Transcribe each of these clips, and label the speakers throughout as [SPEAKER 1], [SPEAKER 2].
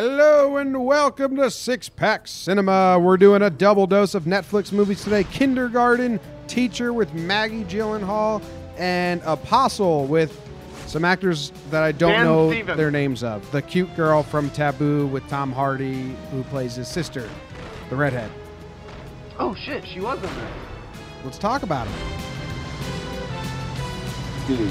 [SPEAKER 1] Hello and welcome to Six Pack Cinema. We're doing a double dose of Netflix movies today Kindergarten Teacher with Maggie Gyllenhaal and Apostle with some actors that I don't
[SPEAKER 2] Dan
[SPEAKER 1] know
[SPEAKER 2] Stevens.
[SPEAKER 1] their names of. The cute girl from Taboo with Tom Hardy, who plays his sister, the redhead.
[SPEAKER 2] Oh shit, she was in there.
[SPEAKER 1] Let's talk about them.
[SPEAKER 3] Dude,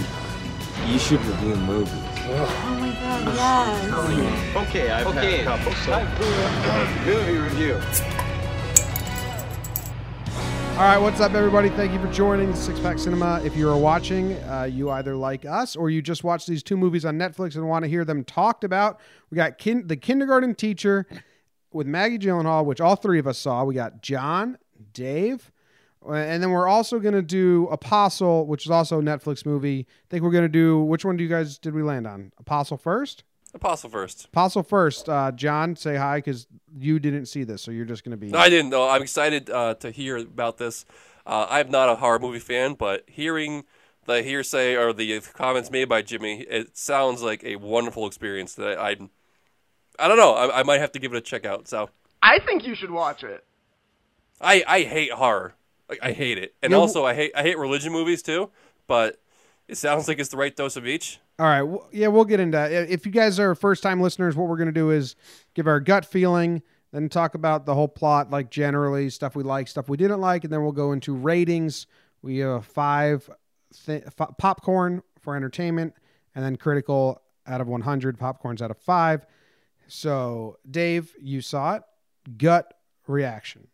[SPEAKER 3] you should review movies.
[SPEAKER 4] Oh my god, yes.
[SPEAKER 3] Okay, I've okay. had a couple, so. Movie review.
[SPEAKER 1] All right, what's up, everybody? Thank you for joining Six Pack Cinema. If you are watching, uh, you either like us or you just watch these two movies on Netflix and want to hear them talked about. We got kin- The Kindergarten Teacher with Maggie Gyllenhaal, which all three of us saw. We got John, Dave, uh, and then we're also going to do Apostle, which is also a Netflix movie. I think we're going to do which one do you guys did we land on? Apostle first?
[SPEAKER 5] Apostle first.
[SPEAKER 1] Apostle first. Uh, John, say hi because you didn't see this, so you're just going to be.
[SPEAKER 5] No, I didn't know. I'm excited uh, to hear about this. Uh, I'm not a horror movie fan, but hearing the hearsay or the comments made by Jimmy, it sounds like a wonderful experience that I, I'm. I don't know. I, I might have to give it a check out. So
[SPEAKER 2] I think you should watch it.
[SPEAKER 5] I, I hate horror. Like I hate it, and
[SPEAKER 1] Yeah, wh-
[SPEAKER 5] also I hate I hate religion movies too. But it sounds like it's the right dose of each.
[SPEAKER 1] All right. w yeah, we'll get into that. I- If you guys are first time listeners, what we're going to do is give our gut feeling, then talk about the whole plot, like generally stuff we like, stuff we didn't like, and then we'll go into ratings. We have five th- f- popcorn for entertainment, and then critical out of 100, popcorns out of five. So, Dave, you saw it. Gut reaction.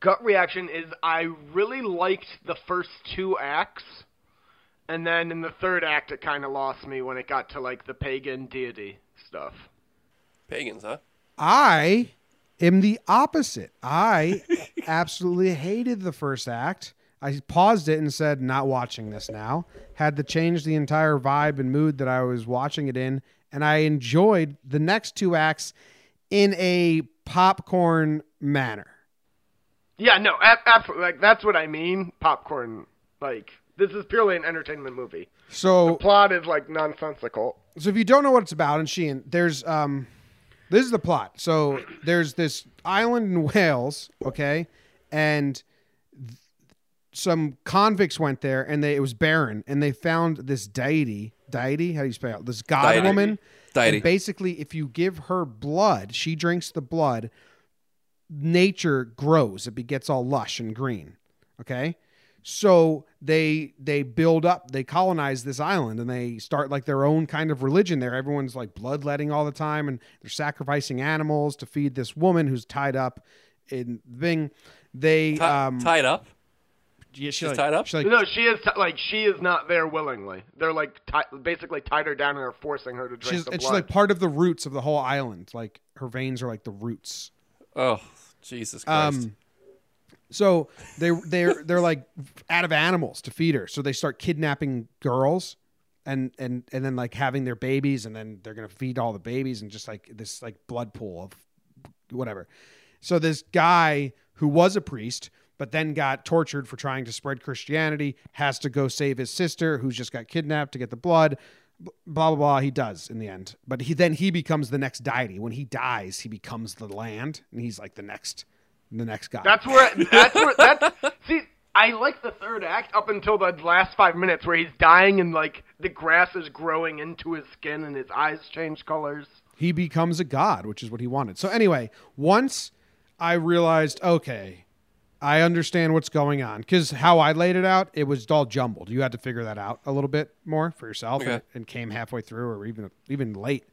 [SPEAKER 2] Gut reaction is I really liked the first two acts, and then in the third act it kind of lost me when it got to like the pagan deity stuff.
[SPEAKER 5] Pagans, huh?
[SPEAKER 1] I am the opposite. I absolutely hated the first act. I paused it and said, not watching this now. Had to change the entire vibe and mood that I was watching it in. And I enjoyed the next two acts in a popcorn manner.
[SPEAKER 2] Yeah, no, a- absolutely. Like that's what I mean. Popcorn. Like this is purely an entertainment movie.
[SPEAKER 1] So,
[SPEAKER 2] Plot is like nonsensical.
[SPEAKER 1] so if you don't know what it's about, and Sheehan, there's um, this is the plot. So there's this island in Wales, okay, and th- some convicts went there, and they it was barren, and they found this deity, deity, how do you spell it? This god
[SPEAKER 5] Deity.
[SPEAKER 1] woman.
[SPEAKER 5] Deity.
[SPEAKER 1] And basically, if you give her blood, she drinks the blood. Nature grows; it gets all lush and green. Okay, so they they build up, they colonize this island, and they start like their own kind of religion there. Everyone's like bloodletting all the time, and they're sacrificing animals to feed this woman who's tied up in the thing. They
[SPEAKER 5] Ti-
[SPEAKER 1] um,
[SPEAKER 5] tied up.
[SPEAKER 1] yeah, she's
[SPEAKER 5] tied up?
[SPEAKER 1] She like
[SPEAKER 2] No, she is t- like she is not there willingly. They're like ti basically tied her down and are forcing her to drink
[SPEAKER 1] she's
[SPEAKER 2] the
[SPEAKER 1] and
[SPEAKER 2] blood.
[SPEAKER 1] she's like part of the roots of the whole island. Like her veins are like the roots.
[SPEAKER 5] Oh, Jesus Christ.
[SPEAKER 1] Um, so they they're they're like out of animals to feed her. So they start kidnapping girls, and and and then like having their babies, and then they're gonna feed all the babies, and just like this like blood pool of whatever. So this guy who was a priest but then got tortured for trying to spread Christianity has to go save his sister who's just got kidnapped to get the blood. B- Blah blah blah. He does in the end, but he then he becomes the next deity. When he dies, he becomes the land, and he's like the next, the next god.
[SPEAKER 2] That's where. That's where. That's see. I like the third act up until the last five minutes where he's dying and like the grass is growing into his skin and his eyes change colors.
[SPEAKER 1] he becomes a god, which is what he wanted. So anyway, once I realized, okay, I understand what's going on because how I laid it out, it was all jumbled. You had to figure that out a little bit more for yourself, and,
[SPEAKER 5] Okay.
[SPEAKER 1] and came halfway through or even even late.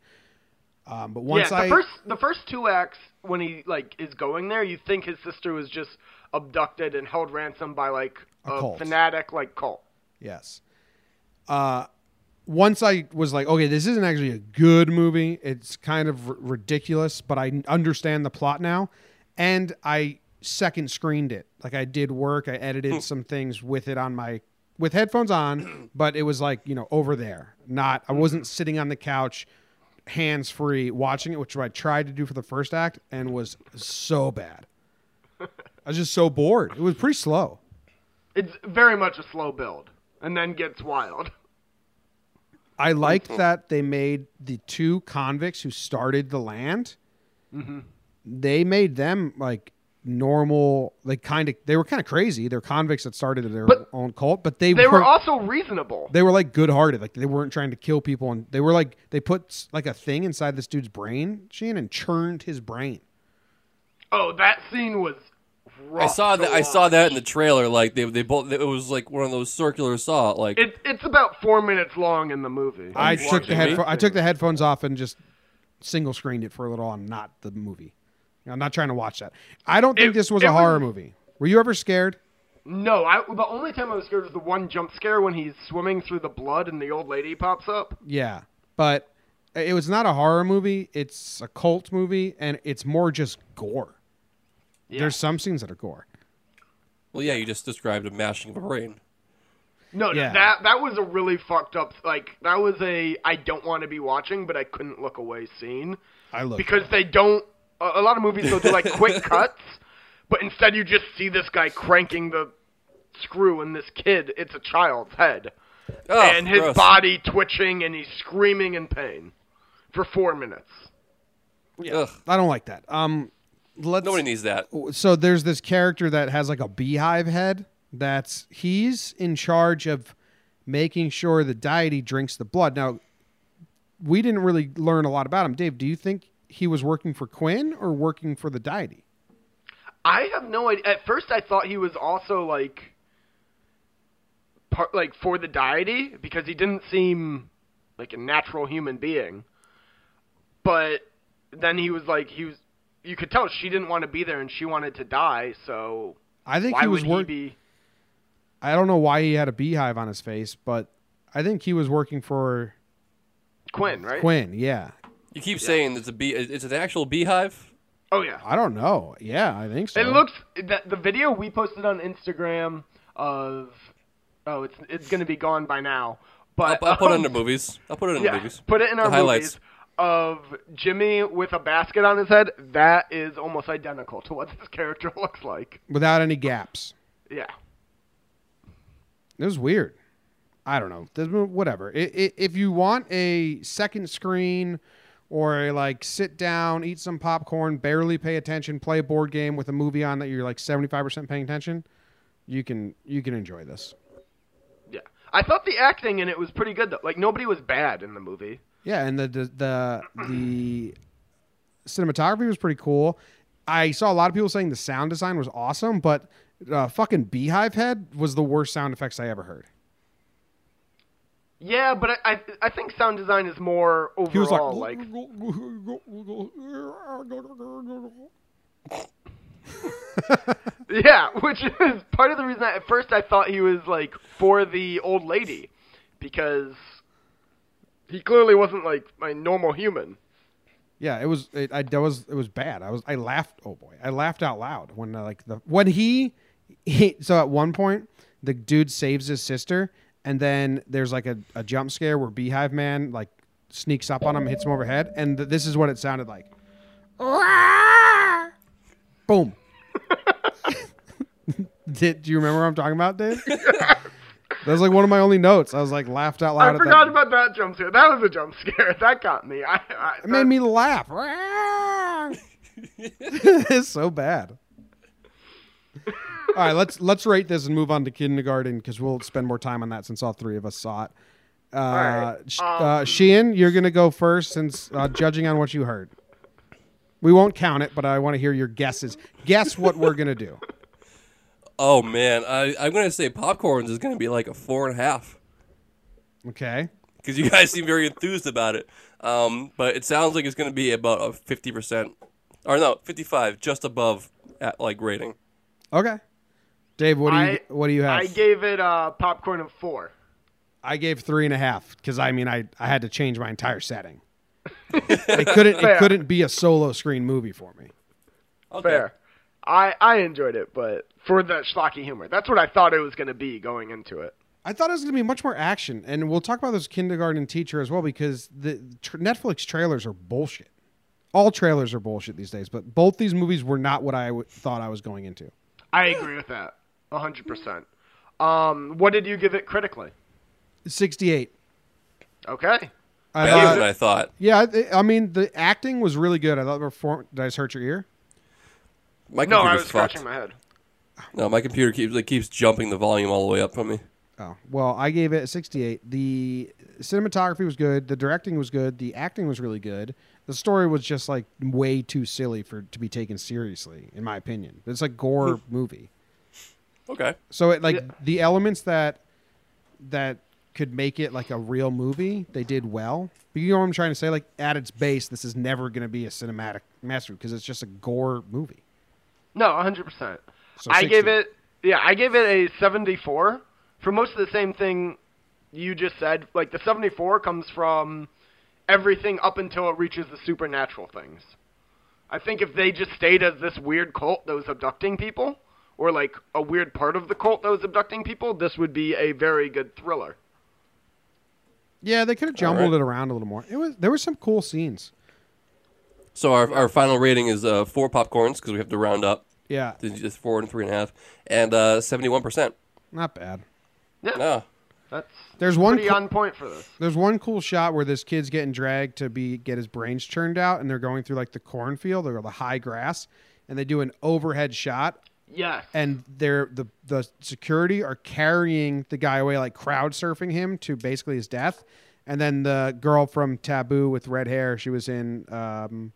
[SPEAKER 1] Um, but once
[SPEAKER 2] yeah, the
[SPEAKER 1] I
[SPEAKER 2] first the first two acts when he like is going there, you think his sister was just abducted and held ransom by like
[SPEAKER 1] A
[SPEAKER 2] a,
[SPEAKER 1] cult.
[SPEAKER 2] fanatic like cult.
[SPEAKER 1] Yes. Uh, once I was like, okay, this isn't actually a good movie. It's kind of r- ridiculous, but I understand the plot now. And I second screened it. Like I did work. I edited some things with it on my with headphones on, but it was like you know over there. Not I wasn't sitting on the couch, hands free, watching it, which I tried to do for the first act and was so bad. I was just so bored. It was pretty slow.
[SPEAKER 2] It's very much a slow build and then gets wild. Mm-hmm.
[SPEAKER 1] I liked that they made the two convicts who started the land
[SPEAKER 2] Mm-hmm.
[SPEAKER 1] They made them like normal, like kind of. They were kind of crazy. They're convicts that started their
[SPEAKER 2] But-
[SPEAKER 1] own cult, but they
[SPEAKER 2] They were
[SPEAKER 1] weren't-
[SPEAKER 2] also reasonable.
[SPEAKER 1] they were like good-hearted. Like they weren't trying to kill people, and they were like they put like a thing inside this dude's brain, Shane, and churned his brain.
[SPEAKER 2] Oh, that scene was. Rough
[SPEAKER 5] I saw
[SPEAKER 2] to
[SPEAKER 5] that. I saw
[SPEAKER 2] watch.
[SPEAKER 5] that in the trailer. Like they, they both. It was like one of those circular saw. Like
[SPEAKER 2] It, it's about four minutes long in the movie.
[SPEAKER 1] I
[SPEAKER 2] Watch
[SPEAKER 1] took the
[SPEAKER 2] it.
[SPEAKER 1] headpho- I took the headphones off and just single screened it for a little on not the movie. I'm not trying to watch that. I don't think
[SPEAKER 2] It-
[SPEAKER 1] this was
[SPEAKER 2] it
[SPEAKER 1] a
[SPEAKER 2] was-
[SPEAKER 1] horror movie. Were you ever scared?
[SPEAKER 2] No, I, the only time I was scared was the one jump scare when he's swimming through the blood and the old lady pops up.
[SPEAKER 1] Yeah, but it was not a horror movie. It's a cult movie, and it's more just gore. There's some scenes that are gore.
[SPEAKER 5] well, yeah, you just described a mashing of a brain.
[SPEAKER 2] No, no,
[SPEAKER 1] Yeah.
[SPEAKER 2] that that was a really fucked up. Like that was a I don't want to be watching, but I couldn't look away scene
[SPEAKER 1] I look
[SPEAKER 2] because they don't. A, a lot of movies they'll do like quick cuts, but instead you just see this guy cranking the screw in this kid. It's a child's head,
[SPEAKER 5] Oh,
[SPEAKER 2] and his
[SPEAKER 5] gross.
[SPEAKER 2] body twitching, and he's screaming in pain for four minutes.
[SPEAKER 5] Ugh,
[SPEAKER 1] I don't like that. Um, let's.
[SPEAKER 5] nobody needs that.
[SPEAKER 1] so there's this character that has like a beehive head. That's he's in charge of making sure the deity drinks the blood. Now, we didn't really learn a lot about him. Dave, do you think he was working for Quinn or working for the deity?
[SPEAKER 2] I have no idea. At first, I thought he was also like, part like for the deity because he didn't seem like a natural human being. But then he was like, he was. You could tell she didn't want to be there and she wanted to die. So
[SPEAKER 1] I think
[SPEAKER 2] why
[SPEAKER 1] he was
[SPEAKER 2] would
[SPEAKER 1] working.
[SPEAKER 2] he be?
[SPEAKER 1] I don't know why he had a beehive on his face, but I think he was working for
[SPEAKER 2] Quinn, right?
[SPEAKER 1] Quinn. Yeah,
[SPEAKER 5] You keep saying it's a bee. It's an actual beehive.
[SPEAKER 2] Oh yeah.
[SPEAKER 1] I don't know. Yeah, I think so.
[SPEAKER 2] It looks that the video we posted on Instagram of oh it's it's gonna be gone by now.
[SPEAKER 5] I'll,
[SPEAKER 2] But
[SPEAKER 5] I'll put it
[SPEAKER 2] um,
[SPEAKER 5] in the movies. I'll put it in
[SPEAKER 2] Yeah,
[SPEAKER 5] the movies.
[SPEAKER 2] put it in our
[SPEAKER 5] the highlights.
[SPEAKER 2] movies of Jimmy with a basket on his head. That is almost identical to what this character looks like.
[SPEAKER 1] without any gaps.
[SPEAKER 2] Yeah.
[SPEAKER 1] It was weird. I don't know. This- Whatever. I i if you want a second screen or a like sit down, eat some popcorn, barely pay attention, play a board game with a movie on that you're like 75% paying attention, you can you can enjoy this.
[SPEAKER 2] Yeah. I thought the acting in it was pretty good though. Like nobody was bad in the movie.
[SPEAKER 1] Yeah, and the the the, the cinematography was pretty cool. I saw a lot of people saying the sound design was awesome, but uh, fucking Beehive Head was the worst sound effects I ever heard.
[SPEAKER 2] Yeah, but I I, I think sound design is more overall
[SPEAKER 1] He was like,
[SPEAKER 2] like Yeah, which is part of the reason I, at first I thought he was like for the old lady because he clearly wasn't like my normal human.
[SPEAKER 1] Yeah, it was. It, I that was. It was bad. I was. I laughed. Oh boy, I laughed out loud when uh, like the when he, he. So at one point, the dude saves his sister, and then there's like a, a jump scare where Beehive Man like sneaks up on him, hits him overhead, and th- this is what it sounded like. Boom. Did do you remember what I'm talking about, Dave? that was like one of my only notes. I was like laughed out loud.
[SPEAKER 2] I
[SPEAKER 1] at
[SPEAKER 2] forgot
[SPEAKER 1] that.
[SPEAKER 2] about that jump scare. That was a jump scare. That got me. I, I
[SPEAKER 1] It made me laugh. it's so bad. all right, let's let's rate this and move on to kindergarten because we'll spend more time on that since all three of us saw it. Uh,
[SPEAKER 2] right,
[SPEAKER 1] Sh- uh, Sheehan, you're gonna go first since uh, judging on what you heard. We won't count it, but I want to hear your guesses. Guess what we're gonna do.
[SPEAKER 5] Oh man, I, I'm gonna say popcorns is gonna be like a four and a half
[SPEAKER 1] Okay.
[SPEAKER 5] because you guys seem very enthused about it. Um, but it sounds like it's gonna be about a fifty percent, or no, fifty-five, just above at, like rating.
[SPEAKER 1] Okay. Dave, what do you
[SPEAKER 2] I-
[SPEAKER 1] what do you have?
[SPEAKER 2] I gave it uh, popcorn of four.
[SPEAKER 1] I gave three and a half because I mean I, I had to change my entire setting. it couldn't
[SPEAKER 2] Fair.
[SPEAKER 1] it couldn't be a solo screen movie for me.
[SPEAKER 5] Okay.
[SPEAKER 2] Fair. I, I enjoyed it, but for the schlocky humor. That's what I thought it was going to be going into it.
[SPEAKER 1] I thought it was going to be much more action, and we'll talk about this kindergarten teacher as well because the tr- Netflix trailers are bullshit. All trailers are bullshit these days, but both these movies were not what I w- thought I was going into.
[SPEAKER 2] I agree with that. 100%. Um, what did you give it critically?
[SPEAKER 1] Sixty-eight.
[SPEAKER 2] Okay.
[SPEAKER 1] I
[SPEAKER 5] better
[SPEAKER 1] thought-
[SPEAKER 5] than I thought.
[SPEAKER 1] yeah, I, th- I mean the acting was really good. I thought the perform. Did I just hurt your ear?
[SPEAKER 5] My
[SPEAKER 2] No, I
[SPEAKER 5] computer's
[SPEAKER 2] was
[SPEAKER 5] fucked.
[SPEAKER 2] scratching my head.
[SPEAKER 5] No, my computer keeps it keeps jumping the volume all the way up for me.
[SPEAKER 1] Oh well, I gave it a sixty-eight. The cinematography was good. The directing was good. The acting was really good. The story was just like way too silly for to be taken seriously, in my opinion. It's like gore movie.
[SPEAKER 5] Okay.
[SPEAKER 1] So it like the elements that that could make it like a real movie, they did well. But you know what I'm trying to say? Like at its base, this is never going to be a cinematic masterpiece because it's just a gore movie.
[SPEAKER 2] No, 100%.
[SPEAKER 1] So
[SPEAKER 2] I gave
[SPEAKER 1] 60.
[SPEAKER 2] it yeah, I gave it a 74 for most of the same thing you just said. Like the 74 comes from everything up until it reaches the supernatural things. I think if they just stayed as this weird cult that was abducting people or like a weird part of the cult that was abducting people, this would be a very good thriller.
[SPEAKER 1] Yeah, they could have jumbled it around a little more. It was there were some cool scenes.
[SPEAKER 5] So our, our final rating is uh, four popcorns because we have to round up.
[SPEAKER 1] Yeah,
[SPEAKER 5] It's just four and three and a half, and seventy one percent.
[SPEAKER 1] not bad.
[SPEAKER 5] No,
[SPEAKER 2] That's
[SPEAKER 1] There's one
[SPEAKER 2] pretty
[SPEAKER 1] cl-
[SPEAKER 2] on point for this.
[SPEAKER 1] There's one cool shot where this kid's getting dragged to be get his brains churned out, and they're going through like the cornfield or the high grass, and they do an overhead shot,
[SPEAKER 2] Yes.
[SPEAKER 1] and they're the the security are carrying the guy away, like crowd surfing him to basically his death. And then the girl from Taboo with red hair, she was in um,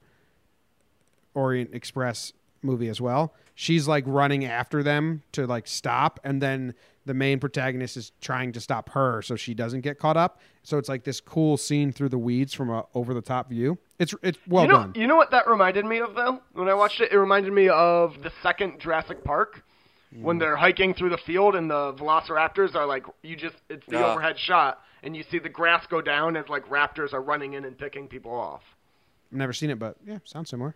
[SPEAKER 1] Orient Express movie as well. She's like running after them to like stop, and then the main protagonist is trying to stop her so she doesn't get caught up. So it's like this cool scene through the weeds from a over the top view. It's it's well
[SPEAKER 2] you know,
[SPEAKER 1] done.
[SPEAKER 2] You know what that reminded me of though? When I watched it, it reminded me of the second Jurassic Park. When they're hiking through the field and the velociraptors are like, you just, it's the
[SPEAKER 5] Ah.
[SPEAKER 2] overhead shot, and you see the grass go down as like raptors are running in and picking people off.
[SPEAKER 1] I've never seen it, but yeah, sounds similar.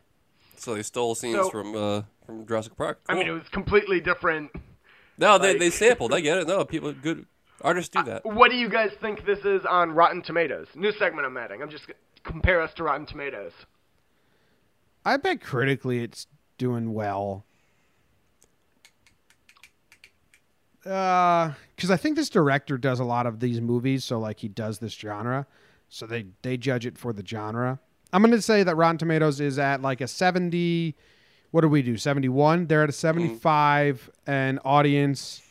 [SPEAKER 5] so they stole scenes
[SPEAKER 2] So-
[SPEAKER 5] from uh, from Jurassic Park.
[SPEAKER 2] I mean, it
[SPEAKER 5] Cool.
[SPEAKER 2] was completely different.
[SPEAKER 5] no, they they
[SPEAKER 2] like-
[SPEAKER 5] sampled. I get it. No, people good artists do that.
[SPEAKER 2] What do you guys think this is on Rotten Tomatoes? New segment I'm adding. I'm just gonna compare us to Rotten Tomatoes.
[SPEAKER 1] I bet critically it's doing well. Because Uh, I think this director does a lot of these movies, so like he does this genre, so they they judge it for the genre. I'm gonna say that Rotten Tomatoes is at like a 70. What do we do? 71. They're at a 75, and audience.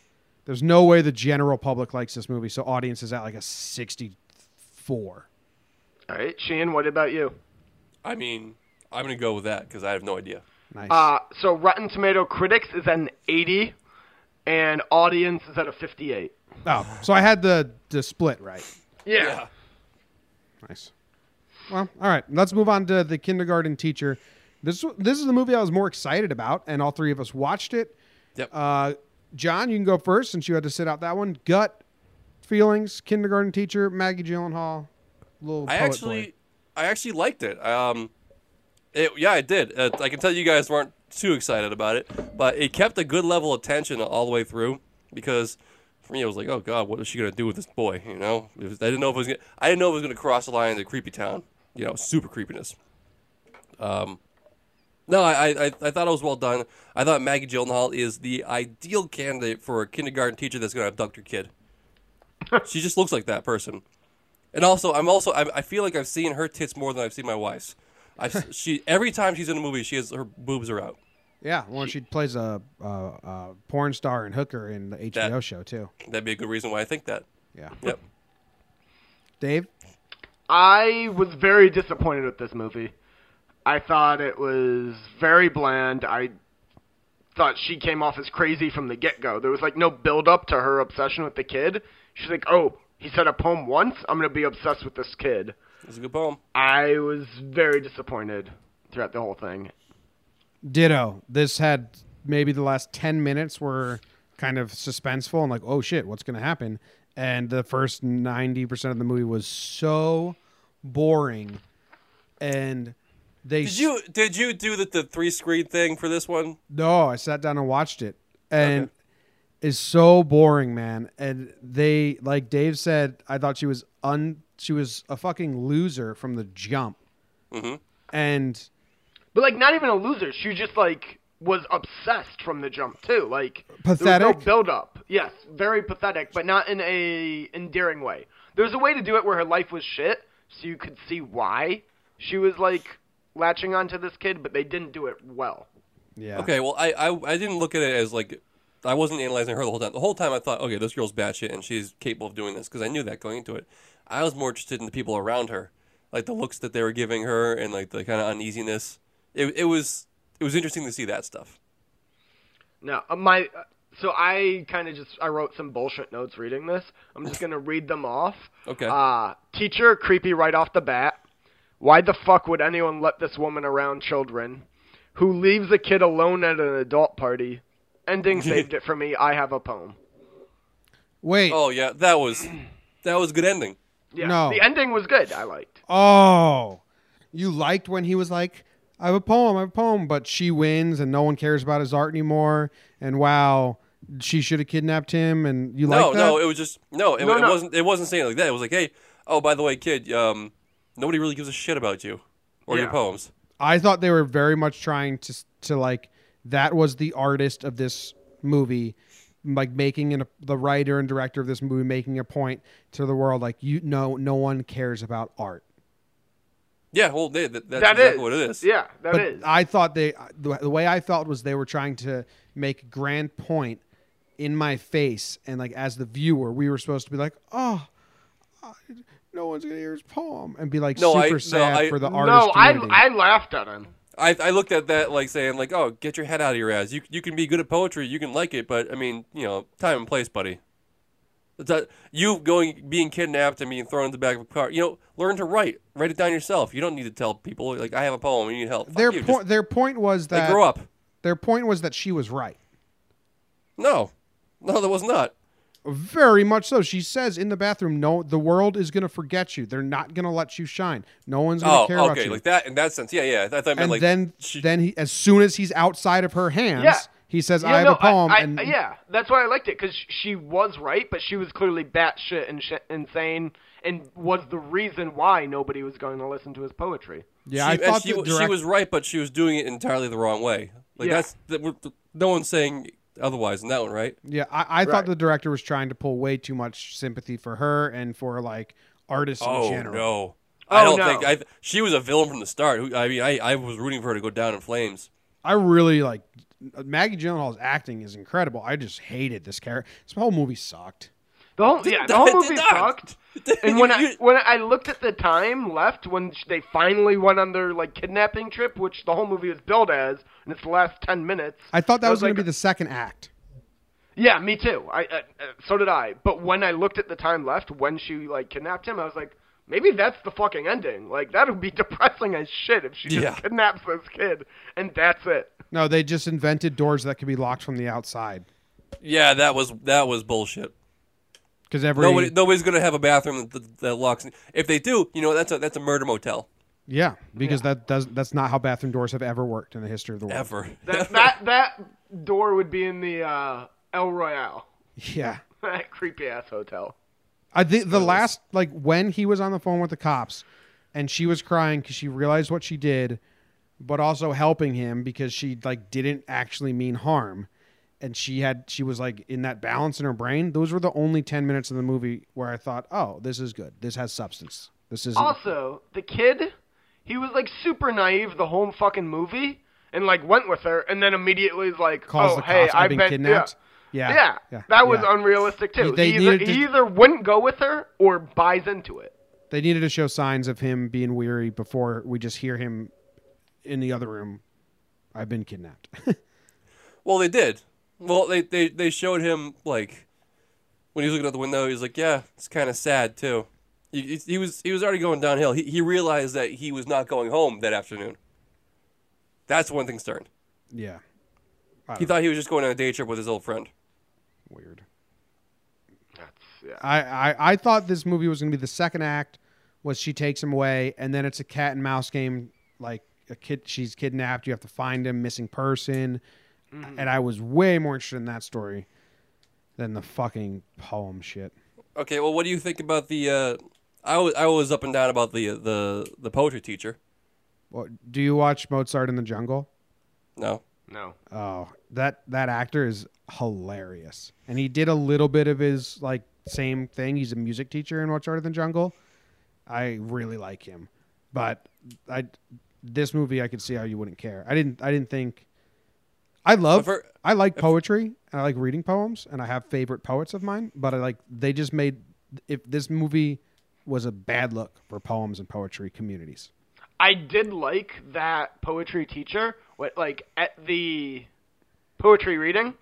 [SPEAKER 1] There's no way the general public likes this movie, so audience is at like a 64.
[SPEAKER 2] All right, Sheen, what about you?
[SPEAKER 5] I mean, I'm gonna go with that because I have no idea.
[SPEAKER 1] Nice.
[SPEAKER 2] Uh, so Rotten Tomato critics is at an 80, and audience is at a 58.
[SPEAKER 1] oh, so I had the the split right.
[SPEAKER 2] yeah.
[SPEAKER 1] Nice. Well, all right. Let's move on to the kindergarten teacher. This this is the movie I was more excited about, and all three of us watched it.
[SPEAKER 5] Yep.
[SPEAKER 1] Uh, John, you can go first since you had to sit out that one. Gut feelings, kindergarten teacher, Maggie Gyllenhaal, little.
[SPEAKER 5] I
[SPEAKER 1] poet
[SPEAKER 5] actually,
[SPEAKER 1] boy.
[SPEAKER 5] I actually liked it. Um, it yeah, I did. Uh, I can tell you guys weren't too excited about it, but it kept a good level of tension all the way through because for me, I was like, oh god, what is she gonna do with this boy? You know, It was- I didn't know if it was gonna, I didn't know if it was gonna cross the line into creepy town. You know, super creepiness. Um, no, I, I I- I thought it was well done. I thought Maggie Gyllenhaal is the ideal candidate for a kindergarten teacher that's gonna abduct your kid. she just looks like that person. And also, I'm also I, I feel like I've seen her tits more than I've seen my wife's. I she every time she's in a movie, she has her boobs are out.
[SPEAKER 1] Yeah, when she plays a, a, a porn star and hooker in the HBO
[SPEAKER 5] That-
[SPEAKER 1] show too.
[SPEAKER 5] That'd be a good reason why I think that.
[SPEAKER 1] Yeah.
[SPEAKER 5] Yep.
[SPEAKER 1] Dave.
[SPEAKER 2] I was very disappointed with this movie. I thought it was very bland. I thought she came off as crazy from the get go. There was like no build up to her obsession with the kid. She's like, oh, he said a poem once. I'm going to be obsessed with this kid.
[SPEAKER 5] It's a good poem.
[SPEAKER 2] I was very disappointed throughout the whole thing.
[SPEAKER 1] Ditto. This had maybe the last 10 minutes were kind of suspenseful and like, oh shit, what's going to happen? And the first 90% of the movie was so boring. And they.
[SPEAKER 5] Did you did you do the, the three screen thing for this one?
[SPEAKER 1] No, I sat down and watched it. And it's so boring, man. And they, like Dave said, I thought she was un. She was a fucking loser from the jump.
[SPEAKER 5] Mm-hmm.
[SPEAKER 1] And.
[SPEAKER 2] But like, not even a loser. She just like was obsessed from the jump too. Like There was
[SPEAKER 1] Pathetic?
[SPEAKER 2] no build up. Yes, very pathetic, but not in a endearing way. There's a way to do it where her life was shit. so you could see why she was like latching onto this kid, but they didn't do it well.
[SPEAKER 1] Yeah.
[SPEAKER 5] Okay, well, I, I I didn't look at it as like I wasn't analyzing her the whole time. The whole time I thought, okay, this girl's batshit and she's capable of doing this because I knew that going into it. I was more interested in the people around her, like the looks that they were giving her and like the kind of uneasiness. It it was it was interesting to see that stuff.
[SPEAKER 2] No, uh, my uh, so I kind of just I wrote some bullshit notes reading this. I'm just gonna read them off.
[SPEAKER 5] Okay.
[SPEAKER 2] Uh, teacher creepy right off the bat. Why the fuck would anyone let this woman around children? Who leaves a kid alone at an adult party? Ending saved it for me. I have a poem.
[SPEAKER 1] Wait.
[SPEAKER 5] Oh yeah, that was that was a good ending.
[SPEAKER 2] Yeah.
[SPEAKER 1] No.
[SPEAKER 2] The ending was good. I liked.
[SPEAKER 1] Oh, you liked when he was like, I have a poem, I have a poem, but she wins and no one cares about his art anymore. And wow, she should have kidnapped him. And you
[SPEAKER 5] No,
[SPEAKER 1] like that?
[SPEAKER 5] no, it was just no, it,
[SPEAKER 2] No,
[SPEAKER 5] it
[SPEAKER 2] no.
[SPEAKER 5] wasn't. It wasn't saying it like that. It was like, hey, oh, by the way, kid, um, nobody really gives a shit about you or your
[SPEAKER 2] Yeah.
[SPEAKER 5] poems.
[SPEAKER 1] I thought they were very much trying to to like that was the artist of this movie, like making an, the writer and director of this movie making a point to the world like you know no one cares about art.
[SPEAKER 5] Yeah, well, they, that, that's
[SPEAKER 2] That
[SPEAKER 5] exactly
[SPEAKER 2] is-
[SPEAKER 5] what it is.
[SPEAKER 2] Yeah, that
[SPEAKER 1] but
[SPEAKER 2] is.
[SPEAKER 1] I thought they the, the way I felt was they were trying to make a grand point in my face, and like as the viewer, we were supposed to be like, oh. I- No one's gonna hear his poem and be like
[SPEAKER 5] No, I-
[SPEAKER 1] super
[SPEAKER 5] no,
[SPEAKER 1] sad
[SPEAKER 5] I-
[SPEAKER 1] for the artist.
[SPEAKER 2] no, I
[SPEAKER 1] community.
[SPEAKER 2] I laughed at him.
[SPEAKER 5] I, I looked at that like saying like, oh, get your head out of your ass. You you can be good at poetry, you can like it, but I mean, you know, time and place, buddy. It's not- you going being kidnapped and being thrown in the back of a car. You know, learn to write. Write it down yourself. You don't need to tell people like I have a poem. You need help. Fuck
[SPEAKER 1] their
[SPEAKER 5] you.
[SPEAKER 1] point.
[SPEAKER 5] Just-
[SPEAKER 1] their point was
[SPEAKER 5] they
[SPEAKER 1] that
[SPEAKER 5] grow up.
[SPEAKER 1] Their point was that she was right.
[SPEAKER 5] No, no, that was not.
[SPEAKER 1] Very much so. She says in the bathroom, "No, the world is going to forget you. They're not going to let you shine. No one's going to
[SPEAKER 5] Oh,
[SPEAKER 1] care about
[SPEAKER 5] okay,
[SPEAKER 1] you."
[SPEAKER 5] like that in that sense. Yeah, yeah. I thought I meant
[SPEAKER 1] and
[SPEAKER 5] like
[SPEAKER 1] then,
[SPEAKER 5] she-
[SPEAKER 1] then he, as soon as he's outside of her hands,
[SPEAKER 2] Yeah.
[SPEAKER 1] he says,
[SPEAKER 2] Yeah,
[SPEAKER 1] "I have
[SPEAKER 2] no,
[SPEAKER 1] a poem."
[SPEAKER 2] I,
[SPEAKER 1] and
[SPEAKER 2] yeah, that's why I liked it because she was right, but she was clearly batshit and sh- insane, and was the reason why nobody was going to listen to his poetry.
[SPEAKER 1] Yeah,
[SPEAKER 5] she,
[SPEAKER 1] I
[SPEAKER 5] and
[SPEAKER 1] thought
[SPEAKER 5] she,
[SPEAKER 1] the
[SPEAKER 5] she
[SPEAKER 1] direct-
[SPEAKER 5] was right, but she was doing it entirely the wrong way. Like
[SPEAKER 2] Yeah.
[SPEAKER 5] that's that, we're, no one's saying otherwise in that one, right?
[SPEAKER 1] Yeah, I, I thought
[SPEAKER 2] Right.
[SPEAKER 1] the director was trying to pull way too much sympathy for her and for like artists
[SPEAKER 5] Oh
[SPEAKER 1] in general.
[SPEAKER 5] no! I
[SPEAKER 2] Oh,
[SPEAKER 5] don't
[SPEAKER 2] no.
[SPEAKER 5] think I. She was a villain from the start. Who- I mean, I, I was rooting for her to go down in flames.
[SPEAKER 1] I really like Maggie Gyllenhaal's acting is incredible. I just hated this character. This whole movie sucked.
[SPEAKER 2] The whole yeah, the whole movie sucked. And when I
[SPEAKER 5] You-
[SPEAKER 2] when I looked at the time left when sh- they finally went on their like kidnapping trip, which the whole movie was billed as, and it's the last ten minutes.
[SPEAKER 1] I thought that
[SPEAKER 2] I
[SPEAKER 1] was,
[SPEAKER 2] was
[SPEAKER 1] going
[SPEAKER 2] like-
[SPEAKER 1] to be the second act.
[SPEAKER 2] yeah, me too. I uh, uh, so did I. But when I looked at the time left when she like kidnapped him, I was like, maybe that's the fucking ending. Like that would be depressing as shit if she just
[SPEAKER 5] Yeah.
[SPEAKER 2] kidnaps this kid and that's it.
[SPEAKER 1] No, they just invented doors that could be locked from the outside.
[SPEAKER 5] yeah, that was that was bullshit.
[SPEAKER 1] Because every
[SPEAKER 5] Nobody, nobody's gonna have a bathroom that, that locks. If they do, you know that's a that's a murder motel
[SPEAKER 1] yeah, because that does that's not how bathroom doors have ever worked in the history of the world.
[SPEAKER 5] ever.
[SPEAKER 2] That that that door would be in the uh, El Royale,
[SPEAKER 1] Yeah,
[SPEAKER 2] that creepy ass hotel.
[SPEAKER 1] I think the last like when he was on the phone with the cops, and she was crying because she realized what she did, but also helping him because she like didn't actually mean harm, and she had she was like in that balance in her brain. Those were the only ten minutes of the movie where I thought, oh, this is good. This has substance. This is
[SPEAKER 2] Oh, Also, the kid, he was like super naive the whole fucking movie, and like went with her, and then immediately is like,
[SPEAKER 1] calls
[SPEAKER 2] "Oh,
[SPEAKER 1] the cops.
[SPEAKER 2] hey,
[SPEAKER 1] I've
[SPEAKER 2] I've
[SPEAKER 1] been
[SPEAKER 2] been
[SPEAKER 1] kidnapped.
[SPEAKER 2] Yeah.
[SPEAKER 1] Yeah,
[SPEAKER 2] Yeah, that was
[SPEAKER 1] yeah.
[SPEAKER 2] unrealistic too.
[SPEAKER 1] They
[SPEAKER 2] he, either,
[SPEAKER 1] needed to-
[SPEAKER 2] he either wouldn't go with her or buys into it.
[SPEAKER 1] They needed to show signs of him being weary before we just hear him in the other room. I've been kidnapped.
[SPEAKER 5] Well, they did. Well, they, they they showed him like when he was looking out the window. He was like, "Yeah, it's kind of sad too." He, he- he was he was already going downhill. He he realized that he was not going home that afternoon. That's when things turned.
[SPEAKER 1] yeah,
[SPEAKER 5] He thought he was just going on a day trip with his old friend.
[SPEAKER 1] weird.
[SPEAKER 2] That's yeah.
[SPEAKER 1] I, I I thought this movie was going to be the second act was she takes him away and then it's a cat and mouse game like a kid she's kidnapped you have to find him missing person and I was way more interested in that story than the fucking poem shit.
[SPEAKER 5] Okay, well, what do you think about the? Uh, I was I was up and down about the uh, the the poetry teacher.
[SPEAKER 1] Well, do you watch Mozart in the Jungle?
[SPEAKER 5] No,
[SPEAKER 2] No.
[SPEAKER 1] Oh, that that actor is hilarious. And he did a little bit of his like same thing. He's a music teacher in What's Art of the Jungle. I really like him, but I this movie I could see how you wouldn't care. I didn't. I didn't think. I love.
[SPEAKER 5] I've heard-
[SPEAKER 1] I like poetry and I like reading poems and I have favorite poets of mine, but I like they just made if this movie was a bad look for poems and poetry communities.
[SPEAKER 2] I did like that poetry teacher. What like at the poetry reading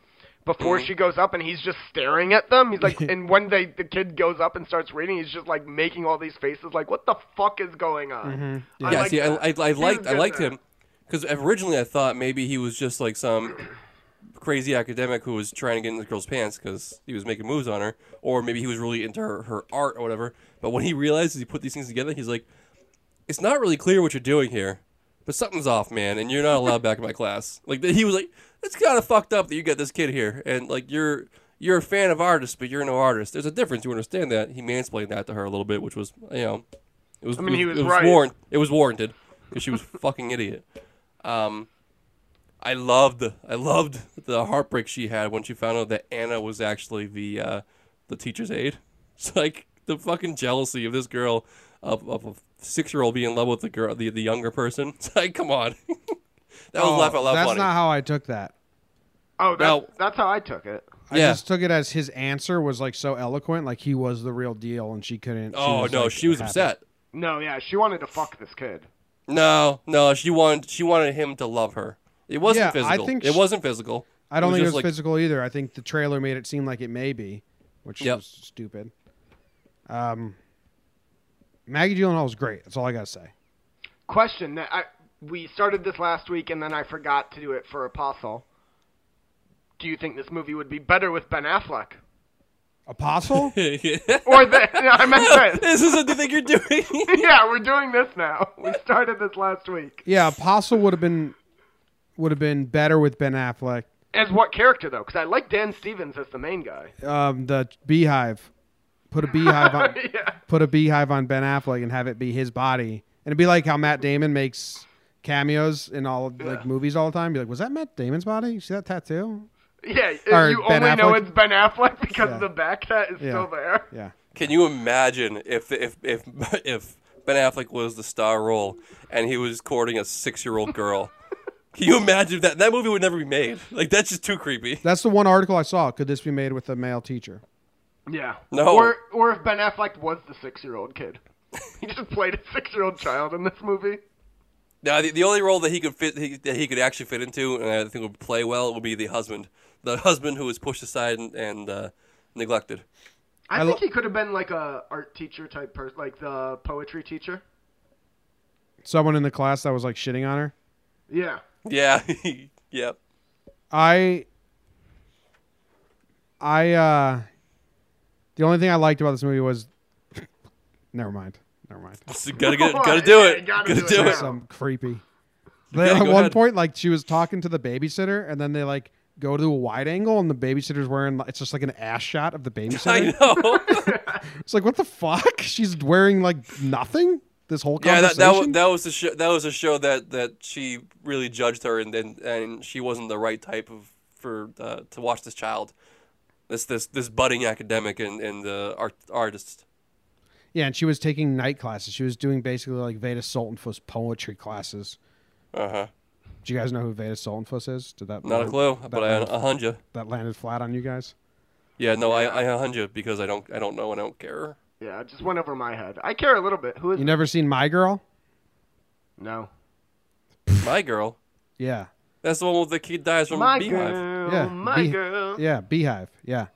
[SPEAKER 5] Mm-hmm.
[SPEAKER 2] before she goes up and he's just staring at them. He's like, and when they the kid goes up and starts reading, he's just like making all these faces, like, what the fuck is going on? I
[SPEAKER 5] Mm-hmm. yeah,
[SPEAKER 2] like
[SPEAKER 5] see, I,
[SPEAKER 2] that.
[SPEAKER 5] I, I
[SPEAKER 2] He
[SPEAKER 5] liked
[SPEAKER 2] was
[SPEAKER 5] I
[SPEAKER 2] good
[SPEAKER 5] liked
[SPEAKER 2] there.
[SPEAKER 5] him because originally I thought maybe he was just like some crazy academic who was trying to get in this girl's pants because he was making moves on her, or maybe he was really into her, her art or whatever. But when he realizes he put these things together, he's like, "It's not really clear what you're doing here, but something's off, man, and you're not allowed back in my class." Like he was like, "It's kind of fucked up that you got this kid here, and like you're." You're a fan of artists, but you're no artist. There's a difference. You understand that. He mansplained that to her a little bit, which was, you know, it was.
[SPEAKER 2] I mean,
[SPEAKER 5] it
[SPEAKER 2] he was
[SPEAKER 5] it
[SPEAKER 2] right.
[SPEAKER 5] warrant- it was warranted because she was a fucking idiot. Um, I loved I loved the heartbreak she had when she found out that Anna was actually the uh, the teacher's aide. It's like the fucking jealousy of this girl of, of a six year old being in love with the girl the, the younger person. It's like come on, that was laugh out loud
[SPEAKER 1] Oh, that's
[SPEAKER 5] funny.
[SPEAKER 1] not how I took that.
[SPEAKER 2] Oh, that's,
[SPEAKER 5] Now-
[SPEAKER 2] that's how I took it.
[SPEAKER 1] I
[SPEAKER 5] Yeah.
[SPEAKER 1] just took it as his answer was like so eloquent, like he was the real deal, and she couldn't.
[SPEAKER 5] oh no,
[SPEAKER 1] like,
[SPEAKER 5] she was
[SPEAKER 1] happy.
[SPEAKER 5] upset.
[SPEAKER 2] No, yeah, she wanted to fuck this kid.
[SPEAKER 5] No, no, she wanted she wanted him to love her. It wasn't
[SPEAKER 1] Yeah, I
[SPEAKER 5] physical.
[SPEAKER 1] think
[SPEAKER 5] it
[SPEAKER 1] she-
[SPEAKER 5] wasn't physical.
[SPEAKER 1] I don't
[SPEAKER 5] was
[SPEAKER 1] think it
[SPEAKER 5] just
[SPEAKER 1] was physical either. I think the trailer made it seem like it may be, which
[SPEAKER 5] Yep.
[SPEAKER 1] was stupid. Um, Maggie Gyllenhaal was great. That's all I gotta say.
[SPEAKER 2] Question that I we started this last week and then I forgot to do it for Apostle. Do you think this movie would be better with Ben Affleck?
[SPEAKER 1] Apostle?
[SPEAKER 2] Or the, no, I meant this.
[SPEAKER 5] this is what they think you're doing.
[SPEAKER 2] Yeah, we're doing this now. We started this last week.
[SPEAKER 1] yeah, Apostle would have been would have been better with Ben Affleck.
[SPEAKER 2] As what character though? Because I like Dan Stevens as the main guy.
[SPEAKER 1] Um, the beehive. Put a beehive on
[SPEAKER 2] yeah.
[SPEAKER 1] put a beehive on Ben Affleck and have it be his body. And it'd be like how Matt Damon makes cameos in all like movies all the time. Be like, was that Matt Damon's body? You see that tattoo?
[SPEAKER 2] Yeah,
[SPEAKER 1] Or
[SPEAKER 2] you
[SPEAKER 1] Ben
[SPEAKER 2] only know
[SPEAKER 1] Affleck.
[SPEAKER 2] it's Ben Affleck because
[SPEAKER 1] Yeah.
[SPEAKER 2] the back tat is
[SPEAKER 1] Yeah.
[SPEAKER 2] still there.
[SPEAKER 1] Yeah.
[SPEAKER 5] Can you imagine if if if if Ben Affleck was the star role and he was courting a six year old girl? Can you imagine that that movie would never be made? Like that's just too creepy.
[SPEAKER 1] That's the one article I saw. Could this be made with a male teacher?
[SPEAKER 2] Yeah.
[SPEAKER 5] No.
[SPEAKER 2] Or or if Ben Affleck was the six year old kid. He just played a six year old child in this movie.
[SPEAKER 5] Now the, the only role that he could fit he, that he could actually fit into and I think would play well would be the husband, the husband who was pushed aside and, and uh, neglected.
[SPEAKER 2] I,
[SPEAKER 1] I
[SPEAKER 2] think
[SPEAKER 1] lo-
[SPEAKER 2] he could have been like a art teacher type person, like the poetry teacher.
[SPEAKER 1] Someone in the class that was like shitting on her.
[SPEAKER 2] Yeah.
[SPEAKER 5] Yeah, yeah.
[SPEAKER 1] I I uh the only thing I liked about this movie was never mind. Never mind.
[SPEAKER 5] So gotta get, gotta do
[SPEAKER 2] Yeah,
[SPEAKER 5] it.
[SPEAKER 2] gotta
[SPEAKER 5] Gotta,
[SPEAKER 2] do it
[SPEAKER 5] do
[SPEAKER 2] now.
[SPEAKER 5] it.
[SPEAKER 1] Some creepy. They-
[SPEAKER 5] go
[SPEAKER 1] at one
[SPEAKER 5] ahead.
[SPEAKER 1] point, like she was talking to the babysitter, and then they like go to a wide angle, and the babysitter's wearing like, it's just like an ass shot of the
[SPEAKER 5] I
[SPEAKER 1] babysitter.
[SPEAKER 5] know.
[SPEAKER 1] it's like what the fuck? She's wearing like nothing. This whole
[SPEAKER 5] Yeah, that
[SPEAKER 1] conversation.
[SPEAKER 5] that, wa- that was a show. That was a show that, that she really judged her, and, and and she wasn't the right type of for uh, to watch this child, this this this budding academic and and the art, artist.
[SPEAKER 1] Yeah, and she was taking night classes. She was doing basically like Veda Soltanfus poetry classes.
[SPEAKER 5] Uh huh.
[SPEAKER 1] Do you guys know who Veda Soltanfus is? Did that
[SPEAKER 5] Not a clue, but I
[SPEAKER 1] landed,
[SPEAKER 5] a hundred.
[SPEAKER 1] that landed flat on you guys?
[SPEAKER 5] Yeah, no, I I a hundred because I don't I don't know and I don't care.
[SPEAKER 2] Yeah, it just went over my head. I care a little bit. Who is
[SPEAKER 1] You never seen My Girl?
[SPEAKER 2] No.
[SPEAKER 5] My girl,
[SPEAKER 1] Yeah,
[SPEAKER 5] that's the one with the kid dies from
[SPEAKER 2] My
[SPEAKER 5] a beehive.
[SPEAKER 2] girl,
[SPEAKER 1] Yeah,
[SPEAKER 2] my
[SPEAKER 1] bee-
[SPEAKER 2] girl.
[SPEAKER 1] yeah, Beehive. Yeah,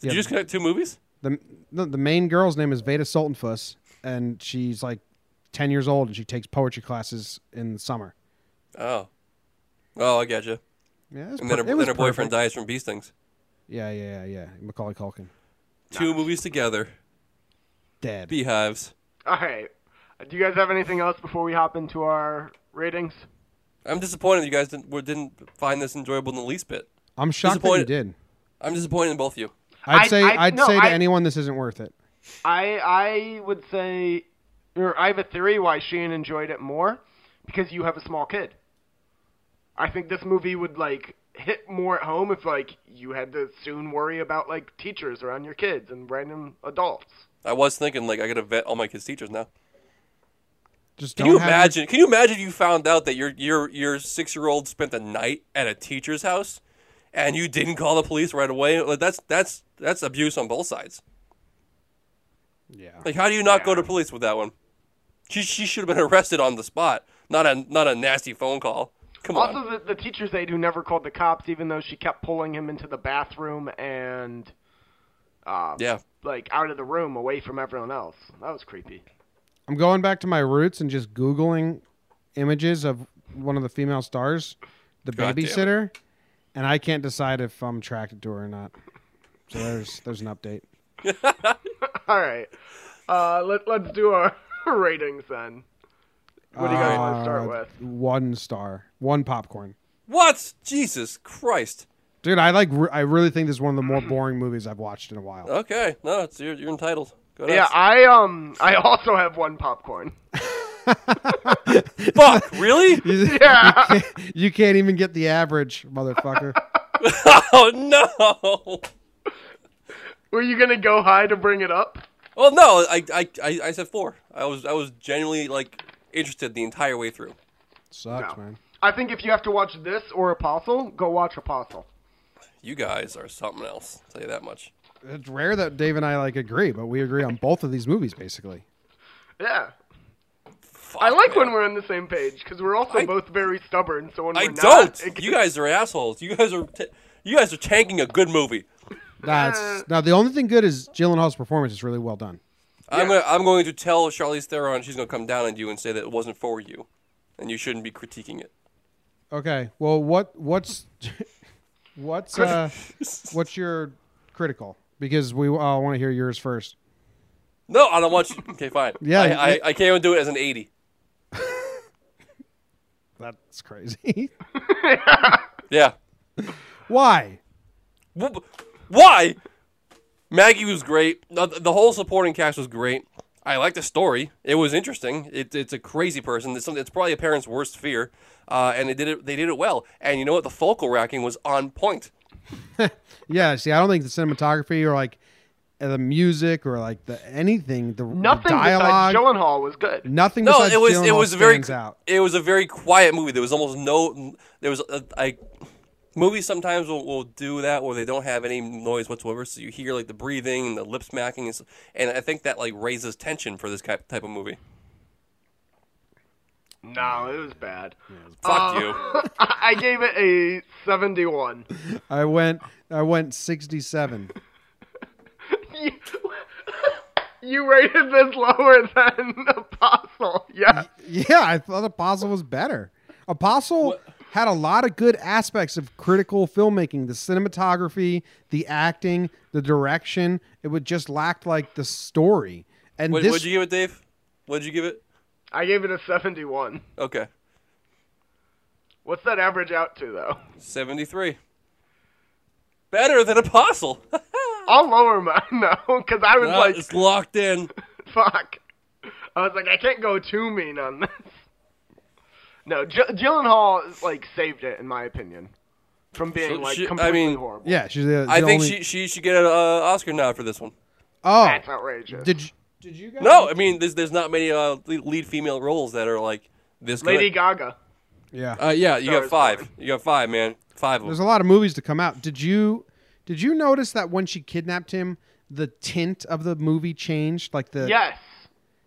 [SPEAKER 5] Did
[SPEAKER 1] Yeah.
[SPEAKER 5] you just connect two movies?
[SPEAKER 1] the no, the main girl's name is Veda Soltanfus, and she's like ten years old, and she takes poetry classes in the summer.
[SPEAKER 5] Oh, oh, I gotcha.
[SPEAKER 1] Yeah, it was,
[SPEAKER 5] And then her,
[SPEAKER 1] per- it was
[SPEAKER 5] then her boyfriend
[SPEAKER 1] perfect.
[SPEAKER 5] dies from bee stings.
[SPEAKER 1] Yeah, yeah, yeah, yeah. Macaulay Culkin,
[SPEAKER 5] Two movies together,
[SPEAKER 1] dead.
[SPEAKER 5] beehives.
[SPEAKER 2] All right. Do you guys have anything else before we hop into our ratings?
[SPEAKER 5] I'm disappointed you guys didn't, were- didn't find this enjoyable in the least bit.
[SPEAKER 1] I'm shocked that you
[SPEAKER 5] Disappointed.
[SPEAKER 1] did.
[SPEAKER 5] I'm disappointed in both of you.
[SPEAKER 1] I'd
[SPEAKER 2] I-
[SPEAKER 1] say
[SPEAKER 2] I-
[SPEAKER 1] I, would
[SPEAKER 2] no,
[SPEAKER 1] say to
[SPEAKER 2] I-
[SPEAKER 1] anyone this isn't worth it.
[SPEAKER 2] I I would say, or I have a theory why Shane enjoyed it more, because you have a small kid. I think this movie would like hit more at home if like you had to soon worry about like teachers around your kids and random adults.
[SPEAKER 5] I was thinking like I gotta vet all my kids' teachers now.
[SPEAKER 1] Just
[SPEAKER 5] Can
[SPEAKER 1] don't
[SPEAKER 5] you
[SPEAKER 1] have your-
[SPEAKER 5] imagine? Can you imagine if you found out that your your your six year old spent the night at a teacher's house, and you didn't call the police right away? Like, That's that's that's abuse on both sides.
[SPEAKER 1] yeah.
[SPEAKER 5] Like, how do you not go
[SPEAKER 2] Yeah.
[SPEAKER 5] to police with that one? She she should have been arrested on the spot, not a not a nasty phone call. Come on.
[SPEAKER 2] Also, the, the teacher's aide who never called the cops, even though she kept pulling him into the bathroom and uh,
[SPEAKER 5] Yeah.
[SPEAKER 2] like out of the room, away from everyone else. That was creepy.
[SPEAKER 1] I'm going back to my roots and just googling images of one of the female stars, the
[SPEAKER 5] God damn it.
[SPEAKER 1] babysitter, and I can't decide if I'm attracted to her or not. So there's there's an update.
[SPEAKER 2] All right, uh, let let's do our ratings then. What do you guys want to start
[SPEAKER 1] Uh,
[SPEAKER 2] with?
[SPEAKER 1] One star, one popcorn.
[SPEAKER 5] What? Jesus Christ.
[SPEAKER 1] Dude, I like. I really think this is one of the more boring movies I've watched in a while.
[SPEAKER 2] Uh,
[SPEAKER 5] Okay. No, it's you're, you're entitled. Go
[SPEAKER 2] Yeah,
[SPEAKER 5] nuts.
[SPEAKER 2] I um, I also have one popcorn.
[SPEAKER 5] Fuck. Really?
[SPEAKER 2] Yeah,
[SPEAKER 1] you can't even get the average, motherfucker.
[SPEAKER 5] oh no.
[SPEAKER 2] were you gonna go high to bring it up?
[SPEAKER 5] Well, no. I, I I I said four. I was I was genuinely like interested the entire way through.
[SPEAKER 1] Sucks,
[SPEAKER 2] No.
[SPEAKER 1] man.
[SPEAKER 2] I think if you have to watch this or Apostle, go watch Apostle.
[SPEAKER 5] You guys are something else. I'll tell you that much.
[SPEAKER 1] It's rare that Dave and I like agree, but we agree on both of these movies basically.
[SPEAKER 2] Yeah,
[SPEAKER 5] Fuck,
[SPEAKER 2] I like
[SPEAKER 5] man.
[SPEAKER 2] when we're on the same page because we're also
[SPEAKER 5] I-
[SPEAKER 2] both very stubborn. So when
[SPEAKER 5] I
[SPEAKER 2] we're not,
[SPEAKER 5] don't.
[SPEAKER 2] it
[SPEAKER 5] You guys are assholes. You guys are t- you guys are tanking a good movie.
[SPEAKER 1] Nah, it's, now the only thing good is Gyllenhaal's performance is really well done.
[SPEAKER 5] I'm
[SPEAKER 2] Yeah.
[SPEAKER 5] gonna, I'm going to tell Charlize Theron she's gonna come down on you and say that it wasn't for you, and you shouldn't be critiquing it.
[SPEAKER 1] Okay, well, what what's what's uh, what's your critical? Because we uh, want to hear yours first.
[SPEAKER 5] No, I don't want you. Okay, fine.
[SPEAKER 1] Yeah,
[SPEAKER 5] I, I,
[SPEAKER 1] it-
[SPEAKER 5] I can't even do it as an 80.
[SPEAKER 1] That's crazy.
[SPEAKER 5] Yeah.
[SPEAKER 1] Why?
[SPEAKER 5] Wh- Why? Maggie was great. The, the whole supporting cast was great. I liked the story. It was interesting. It, it's a crazy person. It's, something, it's probably a parent's worst fear, uh, and they did it. They did it well. And you know what? The focal racking was on point.
[SPEAKER 1] Yeah, see, I don't think the cinematography or like uh, the music or like the anything the, the
[SPEAKER 2] nothing uh,
[SPEAKER 1] dialogue
[SPEAKER 2] besides Gyllenhaal was good.
[SPEAKER 1] nothing.
[SPEAKER 5] No,
[SPEAKER 1] besides
[SPEAKER 5] it was it
[SPEAKER 1] Gyllenhaal
[SPEAKER 5] was very
[SPEAKER 1] stands out.
[SPEAKER 5] it was a very quiet movie. There was almost no there was a, I movies sometimes will, will do that where they don't have any noise whatsoever, so you hear like the breathing and the lip smacking, and, s- and I think that like raises tension for this ki- type of movie.
[SPEAKER 2] No, it was bad.
[SPEAKER 5] Fuck you.
[SPEAKER 2] I gave it a 71.
[SPEAKER 1] I went I went 67.
[SPEAKER 2] You, you rated this lower than Apostle. Yeah.
[SPEAKER 1] yeah, I thought Apostle was better. Apostle had a lot of good aspects of critical filmmaking, the cinematography, the acting, the direction. It would just lacked like the story. And
[SPEAKER 5] What,
[SPEAKER 1] this
[SPEAKER 5] would you give it, Dave? What did you give it?
[SPEAKER 2] I gave it a 71.
[SPEAKER 5] Okay,
[SPEAKER 2] What's that average out to, though?
[SPEAKER 5] seventy three. Better than Apostle.
[SPEAKER 2] I'll lower mine, though, because I was
[SPEAKER 5] Ah, it's locked in.
[SPEAKER 2] like, fuck. I was like, I can't go too mean on this. No, Gy- Gyllenhaal, like, saved it, in my opinion, from being,
[SPEAKER 5] So
[SPEAKER 2] like,
[SPEAKER 5] she- I
[SPEAKER 2] completely
[SPEAKER 5] mean-
[SPEAKER 2] horrible.
[SPEAKER 1] yeah, she's the,
[SPEAKER 5] I
[SPEAKER 1] the
[SPEAKER 5] think
[SPEAKER 1] only-
[SPEAKER 5] she she should get an uh, Oscar nod for this one.
[SPEAKER 1] Oh,
[SPEAKER 2] That's outrageous.
[SPEAKER 1] did you, did you guys?
[SPEAKER 5] No, I mean, there's there's not many uh, lead lead female roles that are like this.
[SPEAKER 2] Lady
[SPEAKER 5] good.
[SPEAKER 2] Gaga.
[SPEAKER 1] Yeah,
[SPEAKER 5] Uh, yeah, you got
[SPEAKER 2] is
[SPEAKER 5] five. You got five, man. Five of
[SPEAKER 1] there's
[SPEAKER 5] them.
[SPEAKER 1] a lot of movies to come out. Did you did you notice that when she kidnapped him, the tint of the movie changed? Like the
[SPEAKER 2] Yes.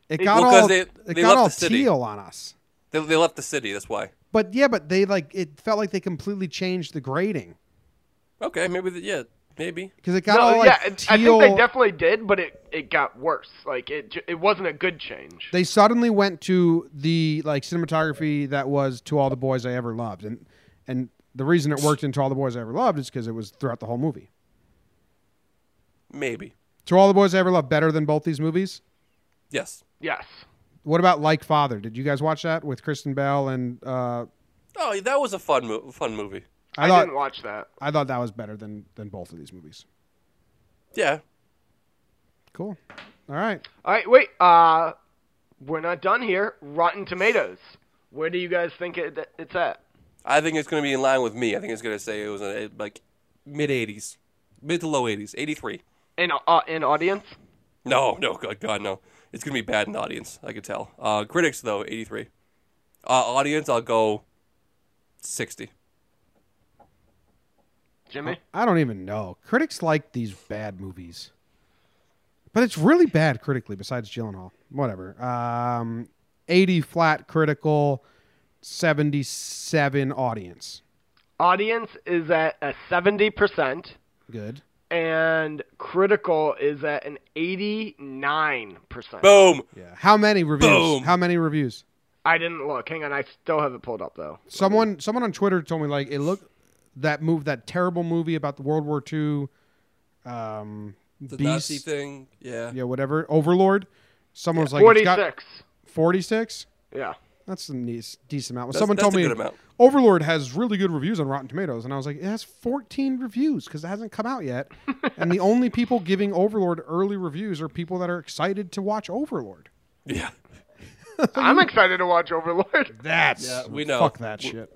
[SPEAKER 1] it got
[SPEAKER 5] Well, 'cause
[SPEAKER 1] all
[SPEAKER 5] they-
[SPEAKER 1] it
[SPEAKER 5] they
[SPEAKER 1] got
[SPEAKER 5] left
[SPEAKER 1] all
[SPEAKER 5] the city.
[SPEAKER 1] teal on us.
[SPEAKER 5] They, they left the city. That's why.
[SPEAKER 1] But yeah, but they like it felt like they completely changed the grading
[SPEAKER 5] Okay, maybe. The, yeah, maybe.
[SPEAKER 1] because it got
[SPEAKER 2] no,
[SPEAKER 1] all like
[SPEAKER 2] yeah, it, I
[SPEAKER 1] teal.
[SPEAKER 2] think they definitely did, but it, it got worse. Like it ju- it wasn't a good change.
[SPEAKER 1] they suddenly went to the like cinematography that was to all the boys I ever loved, and and the reason it worked into all the boys I ever loved is because it was throughout the whole movie.
[SPEAKER 5] Maybe.
[SPEAKER 1] To all the boys I ever loved, better than both these movies.
[SPEAKER 5] Yes.
[SPEAKER 2] Yes.
[SPEAKER 1] What about Like Father? Did you guys watch that with Kristen Bell and uh,
[SPEAKER 5] Oh, that was a fun mo- fun movie.
[SPEAKER 1] I,
[SPEAKER 2] I,
[SPEAKER 1] thought
[SPEAKER 2] didn't watch that.
[SPEAKER 1] I thought that was better than than both of these movies.
[SPEAKER 5] Yeah.
[SPEAKER 1] Cool. All right.
[SPEAKER 2] All right, wait. Uh, we're not done here. Rotten Tomatoes. Where do you guys think it, it's at?
[SPEAKER 5] I think it's going to be in line with me. I think it's going to say it was eh, a, like mid 80s, mid to low 80s, 83.
[SPEAKER 2] In uh, in audience?
[SPEAKER 5] No, no, God, God, no. It's gonna be bad in audience. I could tell. Uh, critics though, eighty three. Uh, audience, I'll go sixty.
[SPEAKER 2] Jimmy?
[SPEAKER 1] I don't even know. Critics like these bad movies, but it's really bad critically. Besides Gyllenhaal, whatever. Um, eighty flat critical, seventy seven audience.
[SPEAKER 2] Audience is at a 70%,
[SPEAKER 1] Good.
[SPEAKER 2] and critical is at an 89%.
[SPEAKER 5] Boom.
[SPEAKER 1] Yeah. How many reviews?
[SPEAKER 5] Boom.
[SPEAKER 1] How many reviews?
[SPEAKER 2] I didn't look. Hang on, I still have it pulled up, though.
[SPEAKER 1] Someone someone on Twitter told me like it looked that move that terrible movie about the World War II um
[SPEAKER 5] The Nazi
[SPEAKER 1] beast
[SPEAKER 5] thing. Yeah.
[SPEAKER 1] yeah whatever Overlord. Someone was like it's
[SPEAKER 2] 46.
[SPEAKER 1] got 46?
[SPEAKER 2] yeah.
[SPEAKER 1] That's a nice, decent amount. Well,
[SPEAKER 5] That's-
[SPEAKER 1] someone
[SPEAKER 5] that's
[SPEAKER 1] told
[SPEAKER 5] a
[SPEAKER 1] me
[SPEAKER 5] good amount.
[SPEAKER 1] Overlord has really good reviews on Rotten Tomatoes, and I was like, it has 14 reviews because it hasn't come out yet. and the only people giving Overlord early reviews are people that are excited to watch Overlord.
[SPEAKER 5] Yeah.
[SPEAKER 2] I'm excited to watch Overlord.
[SPEAKER 1] That's
[SPEAKER 5] Yeah, we know.
[SPEAKER 1] Fuck that
[SPEAKER 5] We-
[SPEAKER 1] shit.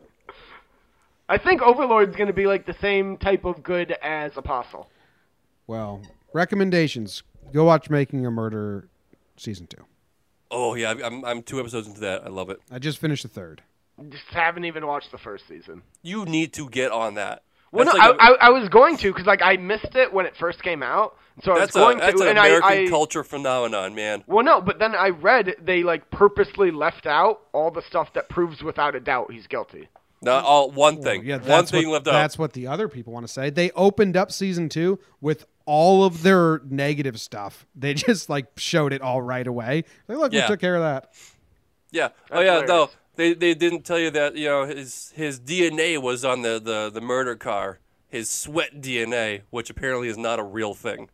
[SPEAKER 2] I think Overlord's going to be like the same type of good as Apostle.
[SPEAKER 1] Well, recommendations: go watch Making a Murderer season two.
[SPEAKER 5] Oh yeah. I'm I'm two episodes into that. I love it.
[SPEAKER 1] I just finished the third.
[SPEAKER 2] Just haven't even watched the first season.
[SPEAKER 5] You need to get on that.
[SPEAKER 2] Well, no,
[SPEAKER 5] That's like a-
[SPEAKER 2] I, I, I was going to because like I missed it when it first came out, so I was
[SPEAKER 5] that's a
[SPEAKER 2] going
[SPEAKER 5] that's
[SPEAKER 2] to,
[SPEAKER 5] an
[SPEAKER 2] and I,
[SPEAKER 5] American
[SPEAKER 2] I
[SPEAKER 5] culture phenomenon, man.
[SPEAKER 2] well, no, but then I read they like purposely left out all the stuff that proves without a doubt he's guilty.
[SPEAKER 5] Not all oh, one thing.
[SPEAKER 1] Oh, Yeah,
[SPEAKER 5] one
[SPEAKER 1] that's
[SPEAKER 5] thing
[SPEAKER 1] what,
[SPEAKER 5] left out.
[SPEAKER 1] That's what the other people want to say. They opened up season two with all of their negative stuff. They just like showed it all right away. Like, look,
[SPEAKER 5] Yeah.
[SPEAKER 1] we took care of that.
[SPEAKER 5] Yeah. oh yeah. No,
[SPEAKER 2] hilarious.
[SPEAKER 5] they they didn't tell you that you know his his DNA was on the the the murder car. His sweat DNA, which apparently is not a real thing.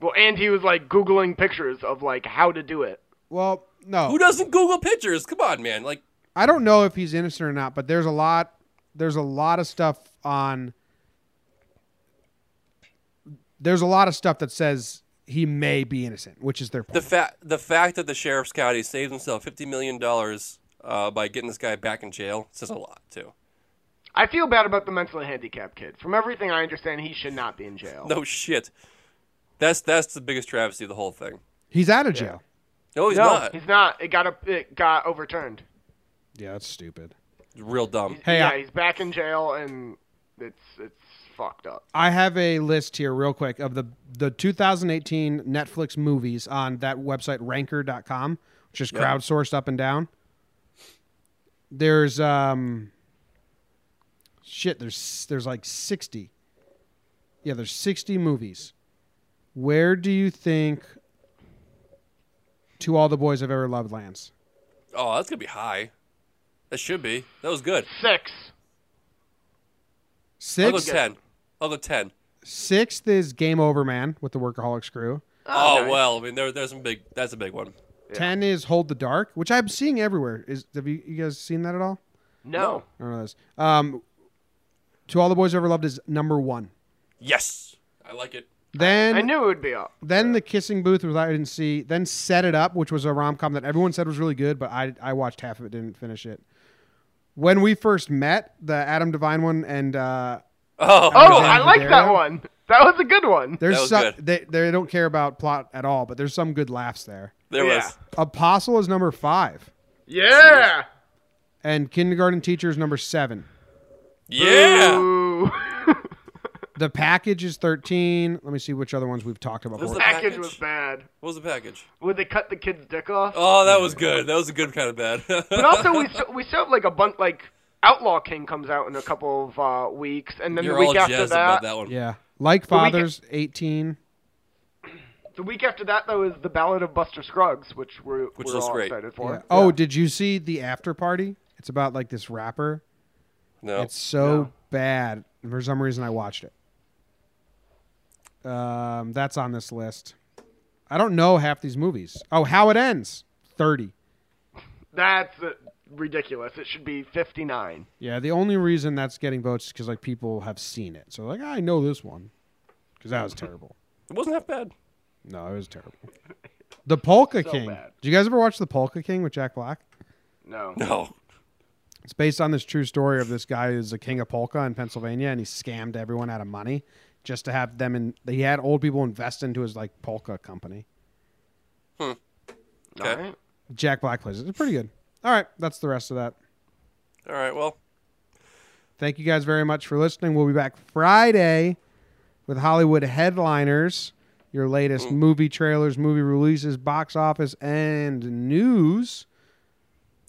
[SPEAKER 2] Well, and he was like googling pictures of like how to do it.
[SPEAKER 1] Well, no,
[SPEAKER 5] Who doesn't Google pictures? Come on, man. Like
[SPEAKER 1] I don't know if he's innocent or not, but there's a lot there's a lot of stuff on there's a lot of stuff that says he may be innocent, which is their point.
[SPEAKER 5] the fact the fact that the sheriff's county saved himself fifty million dollars uh, by getting this guy back in jail says a lot too.
[SPEAKER 2] I feel bad about the mentally handicapped kid. From everything I understand, he should not be in jail.
[SPEAKER 5] No shit. That's that's the biggest travesty of the whole thing.
[SPEAKER 1] he's out of jail.
[SPEAKER 5] No, he's
[SPEAKER 2] No,
[SPEAKER 5] not.
[SPEAKER 2] he's not. It got a, it got overturned.
[SPEAKER 1] Yeah. that's stupid.
[SPEAKER 5] Real dumb.
[SPEAKER 1] Hey,
[SPEAKER 2] yeah,
[SPEAKER 1] I-
[SPEAKER 2] he's back in jail, and it's it's fucked up.
[SPEAKER 1] I have a list here real quick of the the 2018 Netflix movies on that website ranker.com, which is crowdsourced up and down. There's um shit, there's there's like 60. Yeah, there's 60 movies. Where do you think To All the Boys I've Ever Loved lands?
[SPEAKER 5] Oh, that's gonna be high. That should be. That was good.
[SPEAKER 2] Six.
[SPEAKER 1] 6
[SPEAKER 5] I'll go ten. I'll go ten.
[SPEAKER 1] Sixth is Game Over Man with the Workaholics crew.
[SPEAKER 5] Oh,
[SPEAKER 2] nice.
[SPEAKER 5] well, I mean there, there's some big. That's a big one.
[SPEAKER 1] Ten is Hold the Dark, which I'm seeing everywhere. Is have you, you guys seen that at all?
[SPEAKER 2] No.
[SPEAKER 1] I don't know this. Um, to all the boys I ever loved is number one.
[SPEAKER 5] Yes, I like it.
[SPEAKER 1] Then
[SPEAKER 2] I knew it would be up.
[SPEAKER 1] then the kissing booth was I didn't see. Then set it up, which was a rom com that everyone said was really good, but I I watched half of it, didn't finish it. When we first met, the Adam Devine one, and uh,
[SPEAKER 5] Oh,
[SPEAKER 2] Oh,
[SPEAKER 1] Alexander
[SPEAKER 2] I like that
[SPEAKER 1] Daddario?
[SPEAKER 2] one. That was a good one.
[SPEAKER 1] there's
[SPEAKER 5] That was
[SPEAKER 1] some
[SPEAKER 5] good.
[SPEAKER 1] they they don't care about plot at all, but there's some good laughs there.
[SPEAKER 5] there
[SPEAKER 2] yeah.
[SPEAKER 5] was.
[SPEAKER 1] Apostle is number five,
[SPEAKER 2] Yeah.
[SPEAKER 1] and Kindergarten Teacher is number seven.
[SPEAKER 5] Yeah,
[SPEAKER 2] Ooh.
[SPEAKER 1] The package is thirteen. Let me see which other ones we've talked about.
[SPEAKER 5] What was
[SPEAKER 1] before.
[SPEAKER 5] the
[SPEAKER 2] package
[SPEAKER 5] package?
[SPEAKER 2] was bad.
[SPEAKER 5] What was the package?
[SPEAKER 2] Where they cut the kid's dick off.
[SPEAKER 5] Oh, that was good. That was a good kind of bad.
[SPEAKER 2] But also, we still, we still have like a bunch like Outlaw King comes out in a couple of uh, weeks, and then
[SPEAKER 5] You're
[SPEAKER 2] the week
[SPEAKER 5] all
[SPEAKER 2] after
[SPEAKER 5] jazzed
[SPEAKER 2] that,
[SPEAKER 5] about that one.
[SPEAKER 1] yeah, like
[SPEAKER 2] we ca-
[SPEAKER 1] fathers, eighteen.
[SPEAKER 2] the week after that though is the Ballad of Buster Scruggs, which we're
[SPEAKER 5] Which
[SPEAKER 2] we're
[SPEAKER 5] looks
[SPEAKER 2] all
[SPEAKER 5] great.
[SPEAKER 2] excited for.
[SPEAKER 1] Yeah. Oh,
[SPEAKER 2] Yeah.
[SPEAKER 1] did you see the after party? It's about like this rapper.
[SPEAKER 5] No,
[SPEAKER 1] It's so bad. For some reason, I watched it. Um, that's on this list. I don't know half these movies. Oh, How It Ends, thirty.
[SPEAKER 2] that's uh, ridiculous. It should be fifty nine.
[SPEAKER 1] Yeah, the only reason that's getting votes is because like people have seen it. So like, I know this one because that was terrible.
[SPEAKER 5] it wasn't that bad.
[SPEAKER 1] No, it was terrible. The Polka
[SPEAKER 2] So
[SPEAKER 1] King.
[SPEAKER 2] bad.
[SPEAKER 1] Do you guys ever watch The Polka King with Jack Black?
[SPEAKER 2] No.
[SPEAKER 5] No,
[SPEAKER 1] It's based on this true story of this guy who's a king of polka in Pennsylvania, and he scammed everyone out of money. just to have them in. He had old people invest into his like polka company.
[SPEAKER 5] Okay.
[SPEAKER 2] All right.
[SPEAKER 1] Jack Black plays it. It's pretty good. All right, that's the rest of that.
[SPEAKER 5] All right. Well,
[SPEAKER 1] Thank you guys very much for listening. We'll be back Friday with Hollywood headliners, your latest
[SPEAKER 5] Mm.
[SPEAKER 1] movie trailers, movie releases, box office, and news.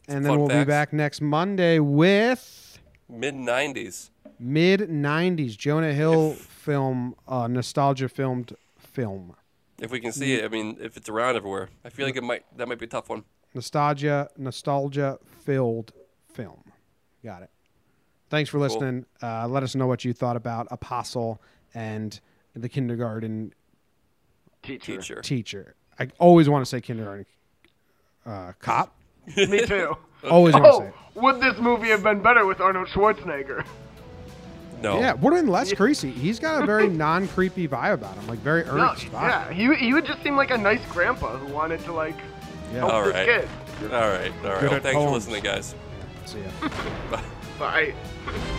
[SPEAKER 1] And then
[SPEAKER 5] Fun
[SPEAKER 1] we'll
[SPEAKER 5] facts.
[SPEAKER 1] be back next Monday with
[SPEAKER 5] mid '90s.
[SPEAKER 1] mid 90s Jonah Hill film, uh, nostalgia filmed film.
[SPEAKER 5] If we can see it, I mean, if it's around everywhere, I feel like it might. That might be a tough one.
[SPEAKER 1] Nostalgia, nostalgia filled film. Got it. Thanks for listening. Uh, let us know what you thought about Apostle and the kindergarten
[SPEAKER 2] Teacher.
[SPEAKER 5] Teacher.
[SPEAKER 1] teacher. I always want to say kindergarten uh, cop.
[SPEAKER 2] Me too.
[SPEAKER 1] Always want to say.
[SPEAKER 2] Oh,
[SPEAKER 1] it.
[SPEAKER 2] would this movie have been better with Arnold Schwarzenegger?
[SPEAKER 5] No.
[SPEAKER 1] Yeah, what in less creasy? He's got a very non creepy vibe about him, like very
[SPEAKER 2] No,
[SPEAKER 1] earnest vibe.
[SPEAKER 2] yeah, he he would just seem like a nice grandpa who wanted to like
[SPEAKER 1] Yeah.
[SPEAKER 2] help
[SPEAKER 5] All
[SPEAKER 2] this
[SPEAKER 5] right.
[SPEAKER 2] kid.
[SPEAKER 5] All right. All right.
[SPEAKER 1] Good
[SPEAKER 5] Well,
[SPEAKER 1] at
[SPEAKER 5] thanks for
[SPEAKER 1] poems.
[SPEAKER 5] listening, guys.
[SPEAKER 1] So, yeah.
[SPEAKER 2] But I.